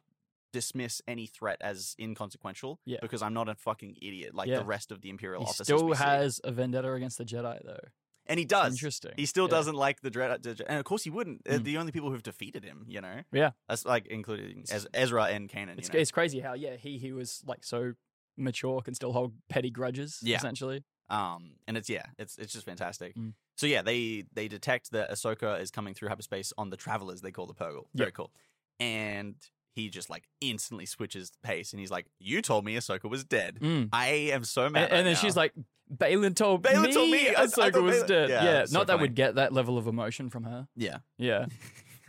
Speaker 1: dismiss any threat as inconsequential
Speaker 2: Yeah.
Speaker 1: because I'm not a fucking idiot like
Speaker 2: Yeah.
Speaker 1: the rest of the Imperial
Speaker 2: he
Speaker 1: officers.
Speaker 2: still
Speaker 1: we see.
Speaker 2: has a vendetta against the jedi though
Speaker 1: and he does.
Speaker 2: interesting
Speaker 1: He still
Speaker 2: Yeah.
Speaker 1: doesn't like the dread, the Dread- and of course he wouldn't. They're
Speaker 2: Mm.
Speaker 1: the only people who've defeated him, you know,
Speaker 2: Yeah.
Speaker 1: that's like including Ez- Ezra and Kanan.
Speaker 2: it's,
Speaker 1: you know?
Speaker 2: it's crazy how yeah he he was like so mature can still hold petty grudges
Speaker 1: Yeah.
Speaker 2: essentially
Speaker 1: Um, and it's yeah, it's it's just fantastic.
Speaker 2: Mm.
Speaker 1: So yeah, they they detect that Ahsoka is coming through hyperspace on the Travelers. They call the Purgle.
Speaker 2: Yeah.
Speaker 1: Very cool. And he just like instantly switches pace, and he's like, "You told me Ahsoka was dead.
Speaker 2: Mm.
Speaker 1: I am so
Speaker 2: and,
Speaker 1: mad."
Speaker 2: and then she's like Balin told
Speaker 1: Balin
Speaker 2: me,
Speaker 1: told me, I- I
Speaker 2: Ahsoka
Speaker 1: thought
Speaker 2: was
Speaker 1: Balin-"
Speaker 2: dead.
Speaker 1: Yeah,
Speaker 2: Yeah,
Speaker 1: it's so
Speaker 2: not that
Speaker 1: funny.
Speaker 2: we'd get that level of emotion from her.
Speaker 1: "Yeah,
Speaker 2: Yeah,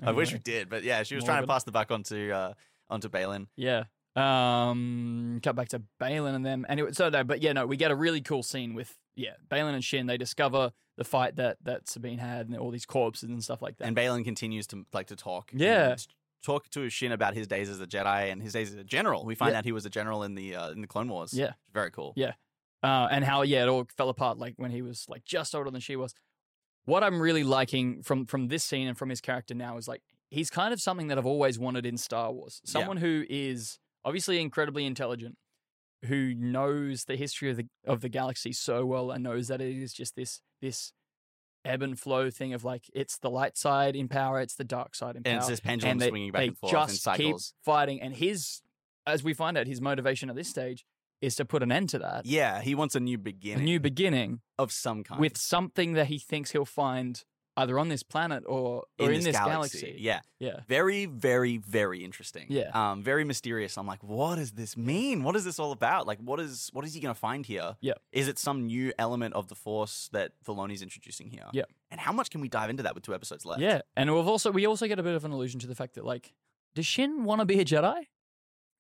Speaker 1: I wish we
Speaker 2: Anyway,
Speaker 1: did, but yeah, she was trying to
Speaker 2: Morbid.
Speaker 1: pass the buck onto uh, onto Balin.
Speaker 2: Yeah. Um, cut back to Balin and them. Anyway, so no, but yeah, no, we get a really cool scene with yeah Balin and Shin. They discover the fight that that Sabine had and all these corpses and stuff like that.
Speaker 1: And Balin continues to like to talk.
Speaker 2: Yeah.
Speaker 1: and talk to Shin about his days as a Jedi and his days as a general. We find
Speaker 2: Yeah.
Speaker 1: out he was a general in the uh, in the Clone Wars.
Speaker 2: Yeah.
Speaker 1: very cool.
Speaker 2: Yeah. uh, and how yeah it all fell apart like when he was like just older than she was. What I'm really liking from from this scene and from his character now is like he's kind of something that I've always wanted in Star Wars.
Speaker 1: Yeah.
Speaker 2: Someone who is obviously incredibly intelligent, who knows the history of the of the galaxy so well and knows that it is just this this ebb and flow thing of like it's the light side in power, it's the dark side in
Speaker 1: And
Speaker 2: power
Speaker 1: it's this pendulum
Speaker 2: they,
Speaker 1: swinging back
Speaker 2: they
Speaker 1: and forth
Speaker 2: just
Speaker 1: in cycles.
Speaker 2: keep fighting. And his, as we find out, his motivation at this stage is to put an end to that.
Speaker 1: Yeah, he wants a new
Speaker 2: A
Speaker 1: beginning
Speaker 2: new beginning
Speaker 1: of some kind
Speaker 2: with something that he thinks he'll find either on this planet or, or in, this, galaxy.
Speaker 1: Yeah,
Speaker 2: Yeah.
Speaker 1: very, very, very interesting.
Speaker 2: Yeah.
Speaker 1: um, very mysterious. I'm like, what does this mean? What is this all about? Like, what is what is he going to find here?
Speaker 2: Yeah.
Speaker 1: is it some new element of the Force that Filoni's introducing here?
Speaker 2: Yeah.
Speaker 1: and how much can we dive into that with two episodes left?
Speaker 2: Yeah. And we've also, we also get a bit of an allusion to the fact that, like, does Shin want to be a Jedi?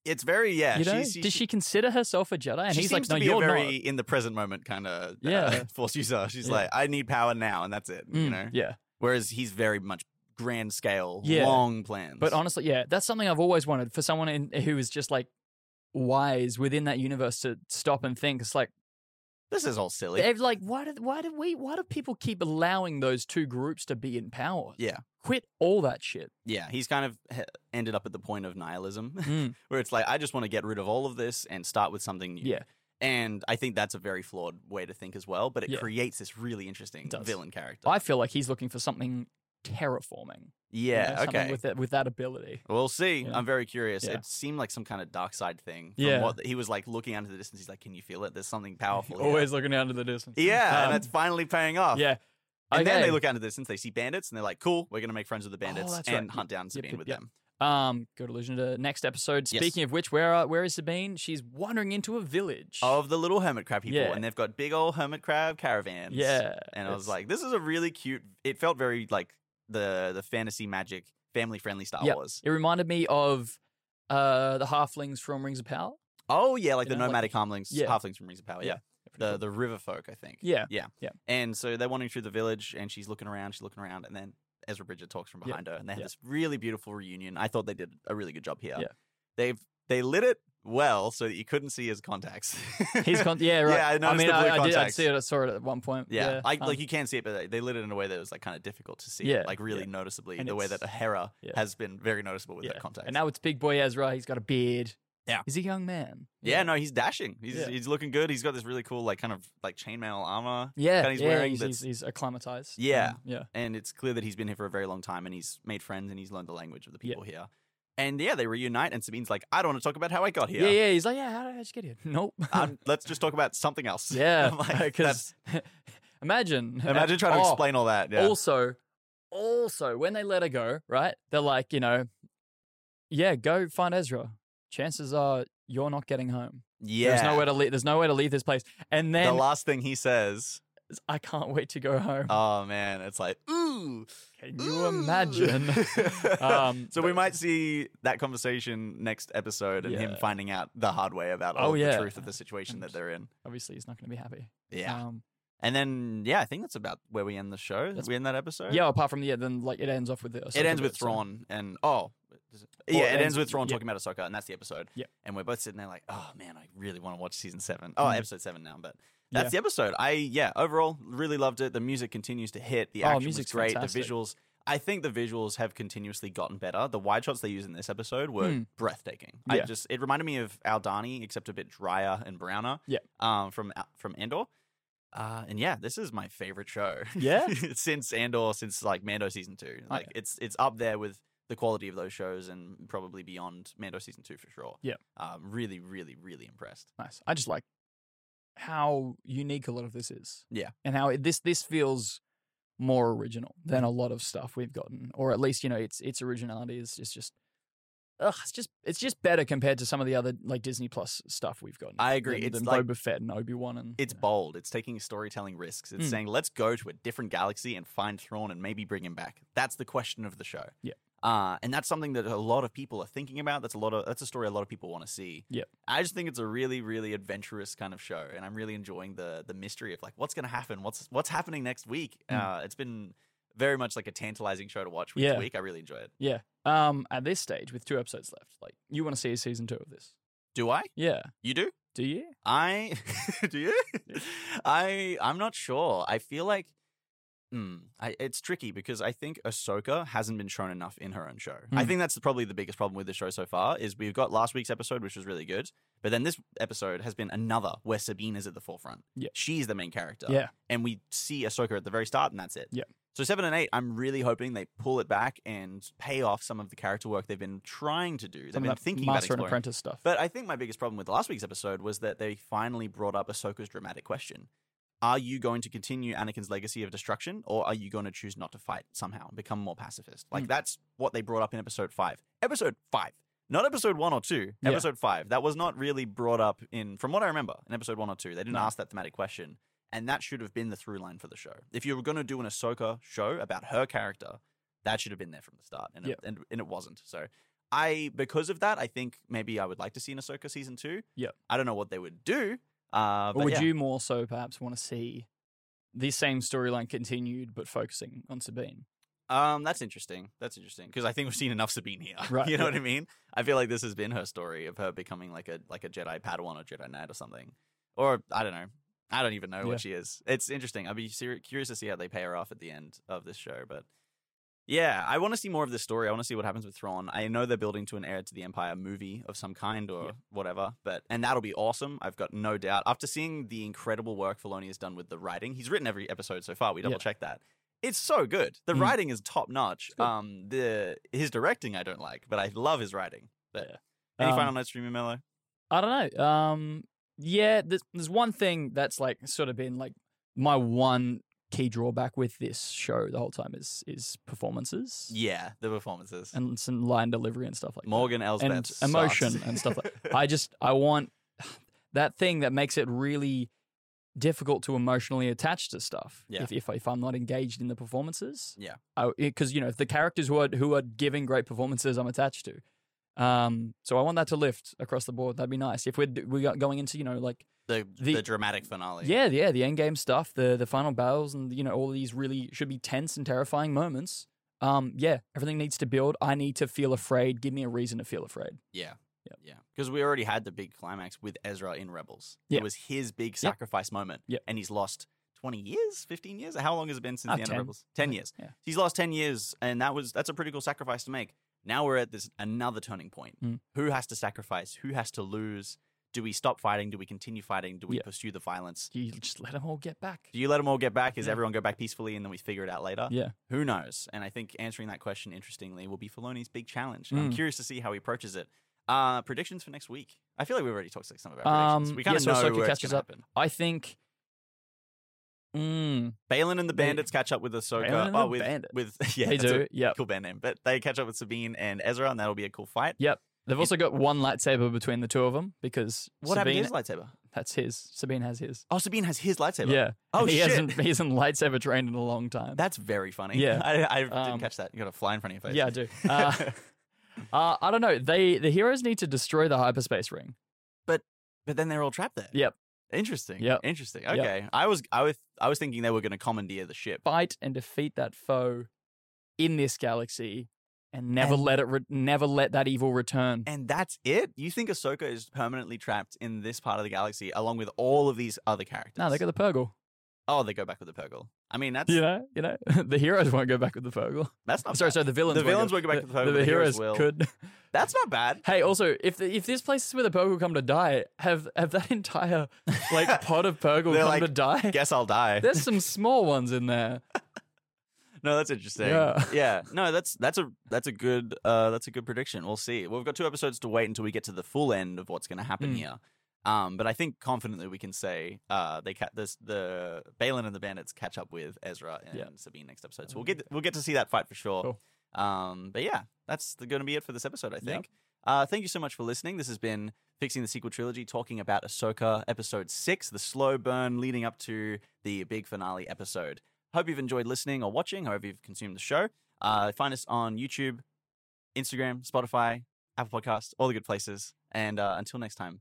Speaker 1: It's very yeah.
Speaker 2: you know,
Speaker 1: she's,
Speaker 2: does she consider herself a Jedi? And
Speaker 1: she
Speaker 2: he's
Speaker 1: seems to
Speaker 2: like, no,
Speaker 1: be
Speaker 2: you're
Speaker 1: a very
Speaker 2: not.
Speaker 1: in the present moment kind of
Speaker 2: Yeah.
Speaker 1: force user. She's
Speaker 2: Yeah.
Speaker 1: like, I need power now, and that's it. You
Speaker 2: Mm,
Speaker 1: know.
Speaker 2: yeah.
Speaker 1: Whereas he's very much grand scale,
Speaker 2: Yeah.
Speaker 1: long plans.
Speaker 2: But honestly, yeah, that's something I've always wanted for someone in, who is just like wise within that universe to stop and think. It's like,
Speaker 1: this is all silly.
Speaker 2: like, like why did why did we why do people keep allowing those two groups to be in power?
Speaker 1: Yeah.
Speaker 2: Quit all that shit.
Speaker 1: yeah, he's kind of he- ended up at the point of nihilism,
Speaker 2: Mm.
Speaker 1: where it's like, I just want to get rid of all of this and start with something new.
Speaker 2: Yeah.
Speaker 1: And I think that's a very flawed way to think as well, but it
Speaker 2: Yeah.
Speaker 1: creates this really interesting
Speaker 2: It does.
Speaker 1: villain character.
Speaker 2: I feel like he's looking for something terraforming. you know,
Speaker 1: yeah,
Speaker 2: something
Speaker 1: okay.
Speaker 2: With that with that ability.
Speaker 1: We'll see.
Speaker 2: Yeah.
Speaker 1: I'm very curious.
Speaker 2: Yeah.
Speaker 1: It seemed like some kind of dark side thing. From
Speaker 2: Yeah.
Speaker 1: What, he was like looking out into the distance. He's like, "Can you feel it? There's something powerful." here."
Speaker 2: Always looking out into the distance.
Speaker 1: Yeah,
Speaker 2: Um,
Speaker 1: and that's finally paying off.
Speaker 2: yeah.
Speaker 1: And then
Speaker 2: Okay. Oh,
Speaker 1: they look out into the distance. They see bandits, and they're like, "Cool, we're gonna make friends with the bandits
Speaker 2: that's right.
Speaker 1: and hunt down Sabine
Speaker 2: yep,
Speaker 1: with
Speaker 2: yep.
Speaker 1: them."
Speaker 2: Um, good allusion to next episode.
Speaker 1: Yes.
Speaker 2: Speaking of which, where are, where is Sabine? She's wandering into a village.
Speaker 1: Of the little hermit crab people,
Speaker 2: Yeah.
Speaker 1: and they've got big old hermit crab caravans.
Speaker 2: yeah.
Speaker 1: and I was
Speaker 2: it's-
Speaker 1: like, "This is a really cute." It felt very like the the fantasy magic, family friendly Star
Speaker 2: Yep.
Speaker 1: Wars.
Speaker 2: it reminded me of uh the halflings from Rings of Power.
Speaker 1: Oh yeah, like
Speaker 2: You
Speaker 1: the
Speaker 2: know, like-
Speaker 1: nomadic harmlings,
Speaker 2: Yeah.
Speaker 1: halflings from Rings of Power.
Speaker 2: Yeah.
Speaker 1: yeah. the the river folk, I think.
Speaker 2: Yeah.
Speaker 1: yeah,
Speaker 2: Yeah.
Speaker 1: And so they're wandering through the village, and she's looking around, she's looking around, and then Ezra Bridger talks from
Speaker 2: Yeah.
Speaker 1: behind her, and they have
Speaker 2: Yeah.
Speaker 1: this really beautiful reunion. I thought they did a really good job here.
Speaker 2: Yeah.
Speaker 1: they've they lit it well so that you couldn't see his contacts.
Speaker 2: He's con- yeah, right.
Speaker 1: Yeah, I noticed
Speaker 2: mean,
Speaker 1: the blue
Speaker 2: I, I did. I
Speaker 1: contacts.
Speaker 2: see it. I saw it at one point.
Speaker 1: Yeah, I,
Speaker 2: um,
Speaker 1: like you can see it, but they- they lit it in a way that was like kind of difficult to see.
Speaker 2: Yeah,
Speaker 1: like really
Speaker 2: yeah.
Speaker 1: noticeably,
Speaker 2: And
Speaker 1: the way
Speaker 2: it's-
Speaker 1: that Hera
Speaker 2: yeah.
Speaker 1: has been very noticeable with
Speaker 2: yeah.
Speaker 1: her contacts.
Speaker 2: And now it's big boy Ezra. He's got a beard.
Speaker 1: Yeah.
Speaker 2: he's a young man.
Speaker 1: yeah, no, he's dashing. He's
Speaker 2: Yeah.
Speaker 1: he's looking good. He's got this really cool like kind of like chainmail armor.
Speaker 2: yeah,
Speaker 1: that he's
Speaker 2: yeah.
Speaker 1: wearing
Speaker 2: he's,
Speaker 1: that's-
Speaker 2: he's, he's acclimatized.
Speaker 1: Yeah.
Speaker 2: Um, yeah.
Speaker 1: and it's clear that he's been here for a very long time and he's made friends and he's learned the language of the people here. And yeah, they reunite and Sabine's like, I don't want to talk about how I got here.
Speaker 2: yeah, yeah. He's like, yeah. How did I just get here? Nope.
Speaker 1: Um, let's just talk about something else. I'm like,
Speaker 2: yeah,
Speaker 1: that's-
Speaker 2: because imagine,
Speaker 1: imagine trying to
Speaker 2: Oh,
Speaker 1: explain all that. Yeah.
Speaker 2: Also, also when they let her go, right? They're like, you know, yeah, go find Ezra. Chances are you're not getting home.
Speaker 1: yeah.
Speaker 2: There's nowhere to leave. There's nowhere to leave this place. And
Speaker 1: the
Speaker 2: then
Speaker 1: last thing he says,
Speaker 2: I can't wait to go home.
Speaker 1: oh man, it's like, ooh.
Speaker 2: Can you
Speaker 1: ooh.
Speaker 2: imagine? um,
Speaker 1: so we
Speaker 2: but-
Speaker 1: might see that conversation next episode and him
Speaker 2: Yeah.
Speaker 1: finding out the hard way about all
Speaker 2: Oh,
Speaker 1: of
Speaker 2: yeah.
Speaker 1: the truth of the situation that
Speaker 2: And-
Speaker 1: they're in.
Speaker 2: Obviously, he's not going to be happy.
Speaker 1: Yeah.
Speaker 2: Um,
Speaker 1: and then, yeah, I think that's about where we end the show.
Speaker 2: That's-
Speaker 1: We end that episode?
Speaker 2: yeah. Apart from the, yeah, then like it ends off with the.
Speaker 1: it
Speaker 2: Ahsoka
Speaker 1: ends with
Speaker 2: bit, so-
Speaker 1: Thrawn and oh does it- yeah,
Speaker 2: Well,
Speaker 1: it,
Speaker 2: it
Speaker 1: ends,
Speaker 2: ends-
Speaker 1: with Thrawn
Speaker 2: yeah.
Speaker 1: talking about Ahsoka, and that's the episode.
Speaker 2: Yeah.
Speaker 1: and we're both sitting there like, oh man, I really want to watch season seven. Oh,
Speaker 2: Mm.
Speaker 1: episode seven now, but that's the episode. I yeah, overall really loved it. The music continues to hit. The
Speaker 2: Oh,
Speaker 1: action was
Speaker 2: music's
Speaker 1: great.
Speaker 2: fantastic.
Speaker 1: The visuals. I think the visuals have continuously gotten better. The wide shots they use in this episode were
Speaker 2: Mm.
Speaker 1: breathtaking. I
Speaker 2: Yeah.
Speaker 1: just it reminded me of Aldani, except a bit drier and browner.
Speaker 2: Yeah.
Speaker 1: um, from from Endor. Uh, and yeah, this is my favorite show.
Speaker 2: Yeah? Oh,
Speaker 1: since Andor, since like Mando season two, like it's it's up there with the quality of those shows and probably beyond Mando season two for sure.
Speaker 2: Yeah.
Speaker 1: um, really, really, really impressed.
Speaker 2: Nice. I just like how unique a lot of this is.
Speaker 1: Yeah.
Speaker 2: And how it, this this feels more original
Speaker 1: Mm-hmm.
Speaker 2: than a lot of stuff we've gotten, or at least you know its its originality is just just. Ugh, it's just it's just better compared to some of the other like Disney Plus stuff we've gotten.
Speaker 1: I agree.
Speaker 2: Than,
Speaker 1: It's
Speaker 2: than
Speaker 1: like-
Speaker 2: Boba Fett and Obi Wan and
Speaker 1: It's
Speaker 2: you know.
Speaker 1: bold. It's taking storytelling risks. It's
Speaker 2: Mm.
Speaker 1: saying, let's go to a different galaxy and find Thrawn and maybe bring him back. That's the question of the show.
Speaker 2: Yeah.
Speaker 1: Uh, and that's something that a lot of people are thinking about. That's a lot of that's a story a lot of people want to see.
Speaker 2: Yeah.
Speaker 1: I just think it's a really, really adventurous kind of show, and I'm really enjoying the the mystery of like what's going to happen, what's what's happening next week.
Speaker 2: Mm.
Speaker 1: Uh, it's been very much like a tantalizing show to watch week
Speaker 2: Yeah.
Speaker 1: to week. I really enjoy it.
Speaker 2: um at this stage with two episodes left, like you want to see a season two of this?
Speaker 1: Do I?
Speaker 2: Yeah.
Speaker 1: You do?
Speaker 2: Do you?
Speaker 1: I do you?
Speaker 2: Yeah.
Speaker 1: I I'm not sure. I feel like hmm, I, it's tricky because I think Ahsoka hasn't been shown enough in her own show. I
Speaker 2: Hmm.
Speaker 1: think that's probably the biggest problem with the show so far is we've got last week's episode which was really good, but then this episode has been another where Sabine is at the forefront.
Speaker 2: Yeah.
Speaker 1: she's the main character.
Speaker 2: Yeah.
Speaker 1: and we see Ahsoka at the very start, and that's it.
Speaker 2: Yeah.
Speaker 1: So seven and eight, I'm really hoping they pull it back and pay off some of the character work they've been trying to do. They've
Speaker 2: Some
Speaker 1: been
Speaker 2: of that
Speaker 1: thinking about
Speaker 2: Master and
Speaker 1: exploring.
Speaker 2: Apprentice stuff.
Speaker 1: But I think my biggest problem with last week's episode was that they finally brought up Ahsoka's dramatic question. Are you going to continue Anakin's legacy of destruction, or are you going to choose not to fight somehow and become more pacifist? Like,
Speaker 2: Mm.
Speaker 1: that's what they brought up in episode five. Episode five. Not episode one or two,
Speaker 2: Yeah.
Speaker 1: episode five. That was not really brought up in, from what I remember, in episode one or two. They didn't
Speaker 2: No.
Speaker 1: ask that thematic question. And that should have been the through line for the show. If you were going to do an Ahsoka show about her character, that should have been there from the start. And,
Speaker 2: Yeah.
Speaker 1: it, and, and it wasn't. So I because of that, I think maybe I would like to see an Ahsoka season two.
Speaker 2: Yep.
Speaker 1: I don't know what they would do. Uh, but
Speaker 2: or would
Speaker 1: yeah.
Speaker 2: you more so perhaps want to see the same storyline continued but focusing on Sabine?
Speaker 1: Um, that's interesting. That's interesting because I think we've seen enough Sabine here.
Speaker 2: Right,
Speaker 1: you know
Speaker 2: yeah.
Speaker 1: what I mean? I feel like this has been her story of her becoming like a like a Jedi Padawan or Jedi Knight or something, or I don't know. I don't even know
Speaker 2: Yeah.
Speaker 1: what she is. It's interesting. I'd be ser- curious to see how they pay her off at the end of this show. But yeah, I want to see more of this story. I want to see what happens with Thrawn. I know they're building to an heir to the Empire movie of some kind or
Speaker 2: Yeah.
Speaker 1: whatever, but and that'll be awesome. I've got no doubt. After seeing the incredible work Filoni has done with the writing, he's written every episode so far. We
Speaker 2: Yeah.
Speaker 1: double checked that it's so good. The
Speaker 2: Mm.
Speaker 1: writing is top notch.
Speaker 2: good.
Speaker 1: Um, the his directing I don't like, but I love his writing. But any
Speaker 2: Um,
Speaker 1: final notes from you, Mello?
Speaker 2: I don't know. Um, yeah, there's, there's one thing that's like sort of been like my one key drawback with this show the whole time is is performances
Speaker 1: Yeah, the performances.
Speaker 2: and some line delivery and stuff like
Speaker 1: Morgan Elsbeth
Speaker 2: and
Speaker 1: sucks.
Speaker 2: emotion and stuff that. I just I want that thing that makes it really difficult to emotionally attach to stuff.
Speaker 1: Yeah.
Speaker 2: If, if if I'm not engaged in the performances,
Speaker 1: Yeah.
Speaker 2: because you know if the characters who are who are giving great performances, I'm attached to. Um, so I want that to lift across the board. That'd be nice. If we're d- we got going into you know like
Speaker 1: the, the
Speaker 2: The-
Speaker 1: dramatic finale.
Speaker 2: yeah yeah the end game stuff, the the final battles, and you know all these really should be tense and terrifying moments. Um, yeah, everything needs to build. I need to feel afraid. Give me a reason to feel afraid.
Speaker 1: yeah,
Speaker 2: Yep.
Speaker 1: yeah. Because we already had the big climax with Ezra in Rebels.
Speaker 2: Yeah.
Speaker 1: It was his big sacrifice moment.
Speaker 2: Yep.
Speaker 1: and he's lost. 20 years 15 years how long has it been since
Speaker 2: Ah,
Speaker 1: the end
Speaker 2: 10.
Speaker 1: of rebels 10 years
Speaker 2: Yeah.
Speaker 1: he's lost 10 years and that was that's a pretty cool sacrifice to make now we're at this another turning point
Speaker 2: Mm.
Speaker 1: who has to sacrifice who has to lose do we stop fighting do we continue fighting do we
Speaker 2: Yeah.
Speaker 1: pursue the violence
Speaker 2: you just let them all get back.
Speaker 1: do you let them all get back? Is
Speaker 2: Yeah.
Speaker 1: everyone go back peacefully and then we figure it out later?
Speaker 2: Yeah.
Speaker 1: Who knows? And I think answering that question, interestingly, will be Filoni's big challenge. And I'm
Speaker 2: Mm.
Speaker 1: curious to see how he approaches it. Uh, predictions for next week. I feel like we've already talked like some of our
Speaker 2: Um,
Speaker 1: predictions. We kind of
Speaker 2: yeah, so
Speaker 1: know
Speaker 2: Ahsoka
Speaker 1: where it's
Speaker 2: catches
Speaker 1: gonna
Speaker 2: up.
Speaker 1: happen.
Speaker 2: I think. Mm,
Speaker 1: Balin and the
Speaker 2: They-
Speaker 1: Bandits catch up with Ahsoka.
Speaker 2: Balin and
Speaker 1: oh,
Speaker 2: the
Speaker 1: with,
Speaker 2: Bandits.
Speaker 1: with yeah,
Speaker 2: they
Speaker 1: that's a
Speaker 2: do. Yep.
Speaker 1: cool band name. But they catch up with Sabine and Ezra, and that'll be a cool fight.
Speaker 2: They've also got one lightsaber between the two of them because
Speaker 1: What
Speaker 2: Sabine,
Speaker 1: happened to his lightsaber?
Speaker 2: that's his. Sabine has his.
Speaker 1: Oh, Sabine has his lightsaber.
Speaker 2: Yeah.
Speaker 1: Oh
Speaker 2: And he
Speaker 1: shit.
Speaker 2: hasn't he hasn't lightsaber trained in a long time.
Speaker 1: That's very funny.
Speaker 2: Yeah.
Speaker 1: I, I didn't
Speaker 2: Um,
Speaker 1: catch that. You got a fly in front of your face.
Speaker 2: yeah, I do. Uh, uh, I don't know. They the heroes need to destroy the hyperspace ring.
Speaker 1: But then they're all trapped there.
Speaker 2: Yep.
Speaker 1: Interesting.
Speaker 2: Yep.
Speaker 1: Interesting.
Speaker 2: Yep.
Speaker 1: Okay. I was I was I was thinking they were going to commandeer the ship.
Speaker 2: Fight and defeat that foe in this galaxy, and never
Speaker 1: And-
Speaker 2: let it re- never let that evil return.
Speaker 1: And that's it? You think Ahsoka is permanently trapped in this part of the galaxy along with all of these other characters?
Speaker 2: no, they got the Purgle.
Speaker 1: Oh, they go back with the Purgle. I mean, that's
Speaker 2: You know, you know, the heroes won't go back with the Purgle.
Speaker 1: that's not
Speaker 2: sorry,
Speaker 1: bad.
Speaker 2: sorry. The villains.
Speaker 1: The villains won't go back to the Purgle, the heroes will.
Speaker 2: could.
Speaker 1: That's not bad.
Speaker 2: Hey, also, if the, if this place is where the Purgle come to die, have have that entire like pot of Purgle
Speaker 1: They're
Speaker 2: come
Speaker 1: like,
Speaker 2: to die?
Speaker 1: Guess I'll die.
Speaker 2: There's some small ones in there.
Speaker 1: No, that's interesting.
Speaker 2: Yeah.
Speaker 1: No, that's that's a that's a good uh that's a good prediction. We'll see. Well, we've got two episodes to wait until we get to the full end of what's going to happen
Speaker 2: Mm.
Speaker 1: here. Um, but I think confidently we can say uh they ca- this the Balin and the Bandits catch up with Ezra and
Speaker 2: Yeah. Mm-hmm.
Speaker 1: Sabine next episode. So we'll get we'll get to see that fight for sure.
Speaker 2: Cool.
Speaker 1: Um, but yeah, that's going to be it for this episode. I
Speaker 2: Yeah.
Speaker 1: think. Uh, thank you so much for listening. This has been Fixing the Sequel Trilogy, talking about Ahsoka episode six, the slow burn leading up to the big finale episode. Hope you've enjoyed listening or watching, however you've consumed the show. Uh, find us on YouTube, Instagram, Spotify, Apple Podcasts, all the good places. And uh, until next time,